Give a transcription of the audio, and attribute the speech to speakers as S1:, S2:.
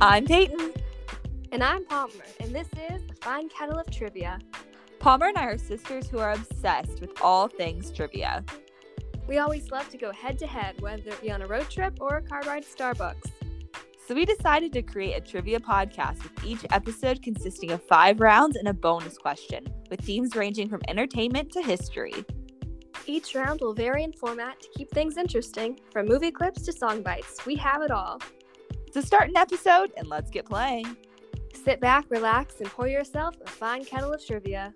S1: I'm Peyton.
S2: And I'm Palmer, and this is the Fine Kettle of Trivia.
S1: Palmer and I are sisters who are obsessed with all things trivia.
S2: We always love to go head to head, whether it be on a road trip or a car ride to Starbucks.
S1: So we decided to create a trivia podcast with each episode consisting of five rounds and a bonus question, with themes ranging from entertainment to history.
S2: Each round will vary in format to keep things interesting, from movie clips to song bites. We have it all.
S1: So start an episode and let's get playing.
S2: Sit back, relax, and pour yourself a fine kettle of trivia.